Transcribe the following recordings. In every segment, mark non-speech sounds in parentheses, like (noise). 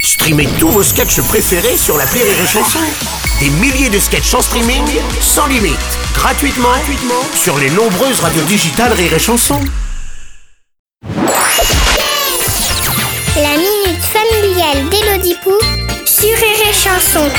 Streamez tous vos sketchs préférés sur la Rire et Chanson. Des milliers de sketchs en streaming, sans limite, gratuitement, gratuitement sur les nombreuses radios digitales Rire et Chanson. La minute familiale d'Élodie Pou sur Rire et Chanson.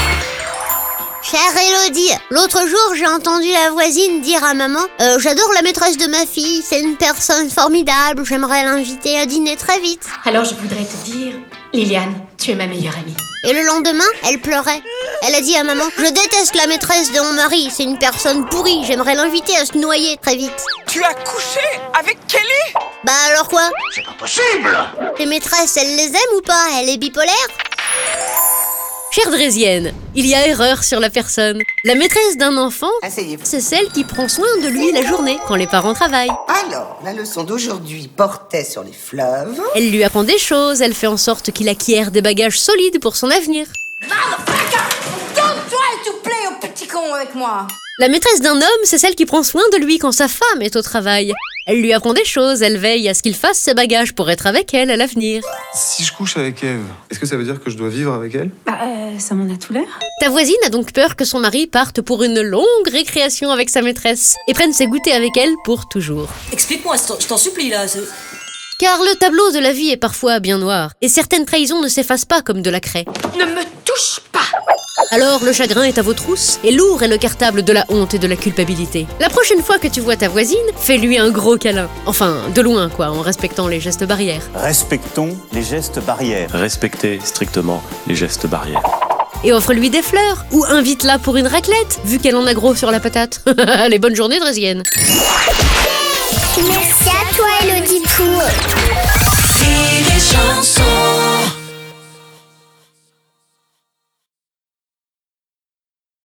Chère Elodie, l'autre jour j'ai entendu la voisine dire à maman Euh, J'adore la maîtresse de ma fille, c'est une personne formidable, j'aimerais l'inviter à dîner très vite. Alors je voudrais te dire, Liliane, tu es ma meilleure amie. Et le lendemain, elle pleurait. Elle a dit à maman Je déteste la maîtresse de mon mari, c'est une personne pourrie, j'aimerais l'inviter à se noyer très vite. Tu as couché avec Kelly Bah alors quoi C'est pas possible Les maîtresses, elles les aiment ou pas Elle est bipolaire Chère Drésienne, il y a erreur sur la personne. La maîtresse d'un enfant, Asseyez-vous. c'est celle qui prend soin de lui la journée quand les parents travaillent. Alors, la leçon d'aujourd'hui portait sur les fleuves. Elle lui apprend des choses, elle fait en sorte qu'il acquiert des bagages solides pour son avenir. Tourne-toi, s'il te plaît, au petit con avec moi. La maîtresse d'un homme, c'est celle qui prend soin de lui quand sa femme est au travail. Elle lui apprend des choses, elle veille à ce qu'il fasse ses bagages pour être avec elle à l'avenir. Si je couche avec Eve, est-ce que ça veut dire que je dois vivre avec elle ça m'en a tout l'air. Ta voisine a donc peur que son mari parte pour une longue récréation avec sa maîtresse et prenne ses goûters avec elle pour toujours. Explique-moi, je t'en- je t'en supplie là. c'est- Car le tableau de la vie est parfois bien noir, et certaines trahisons ne s'effacent pas comme de la craie. Ne me touche pas Alors le chagrin est à vos trousses, et lourd est le cartable de la honte et de la culpabilité. La prochaine fois que tu vois ta voisine, fais-lui un gros câlin. Enfin, de loin quoi, en respectant les gestes barrières. Respectons les gestes barrières. Respectez strictement les gestes barrières. Et offre-lui des fleurs, ou invite-la pour une raclette, vu qu'elle en a gros sur la patate. (laughs) Allez, bonne journée Drésienne Merci à toi, Elodie Pou. Les chansons.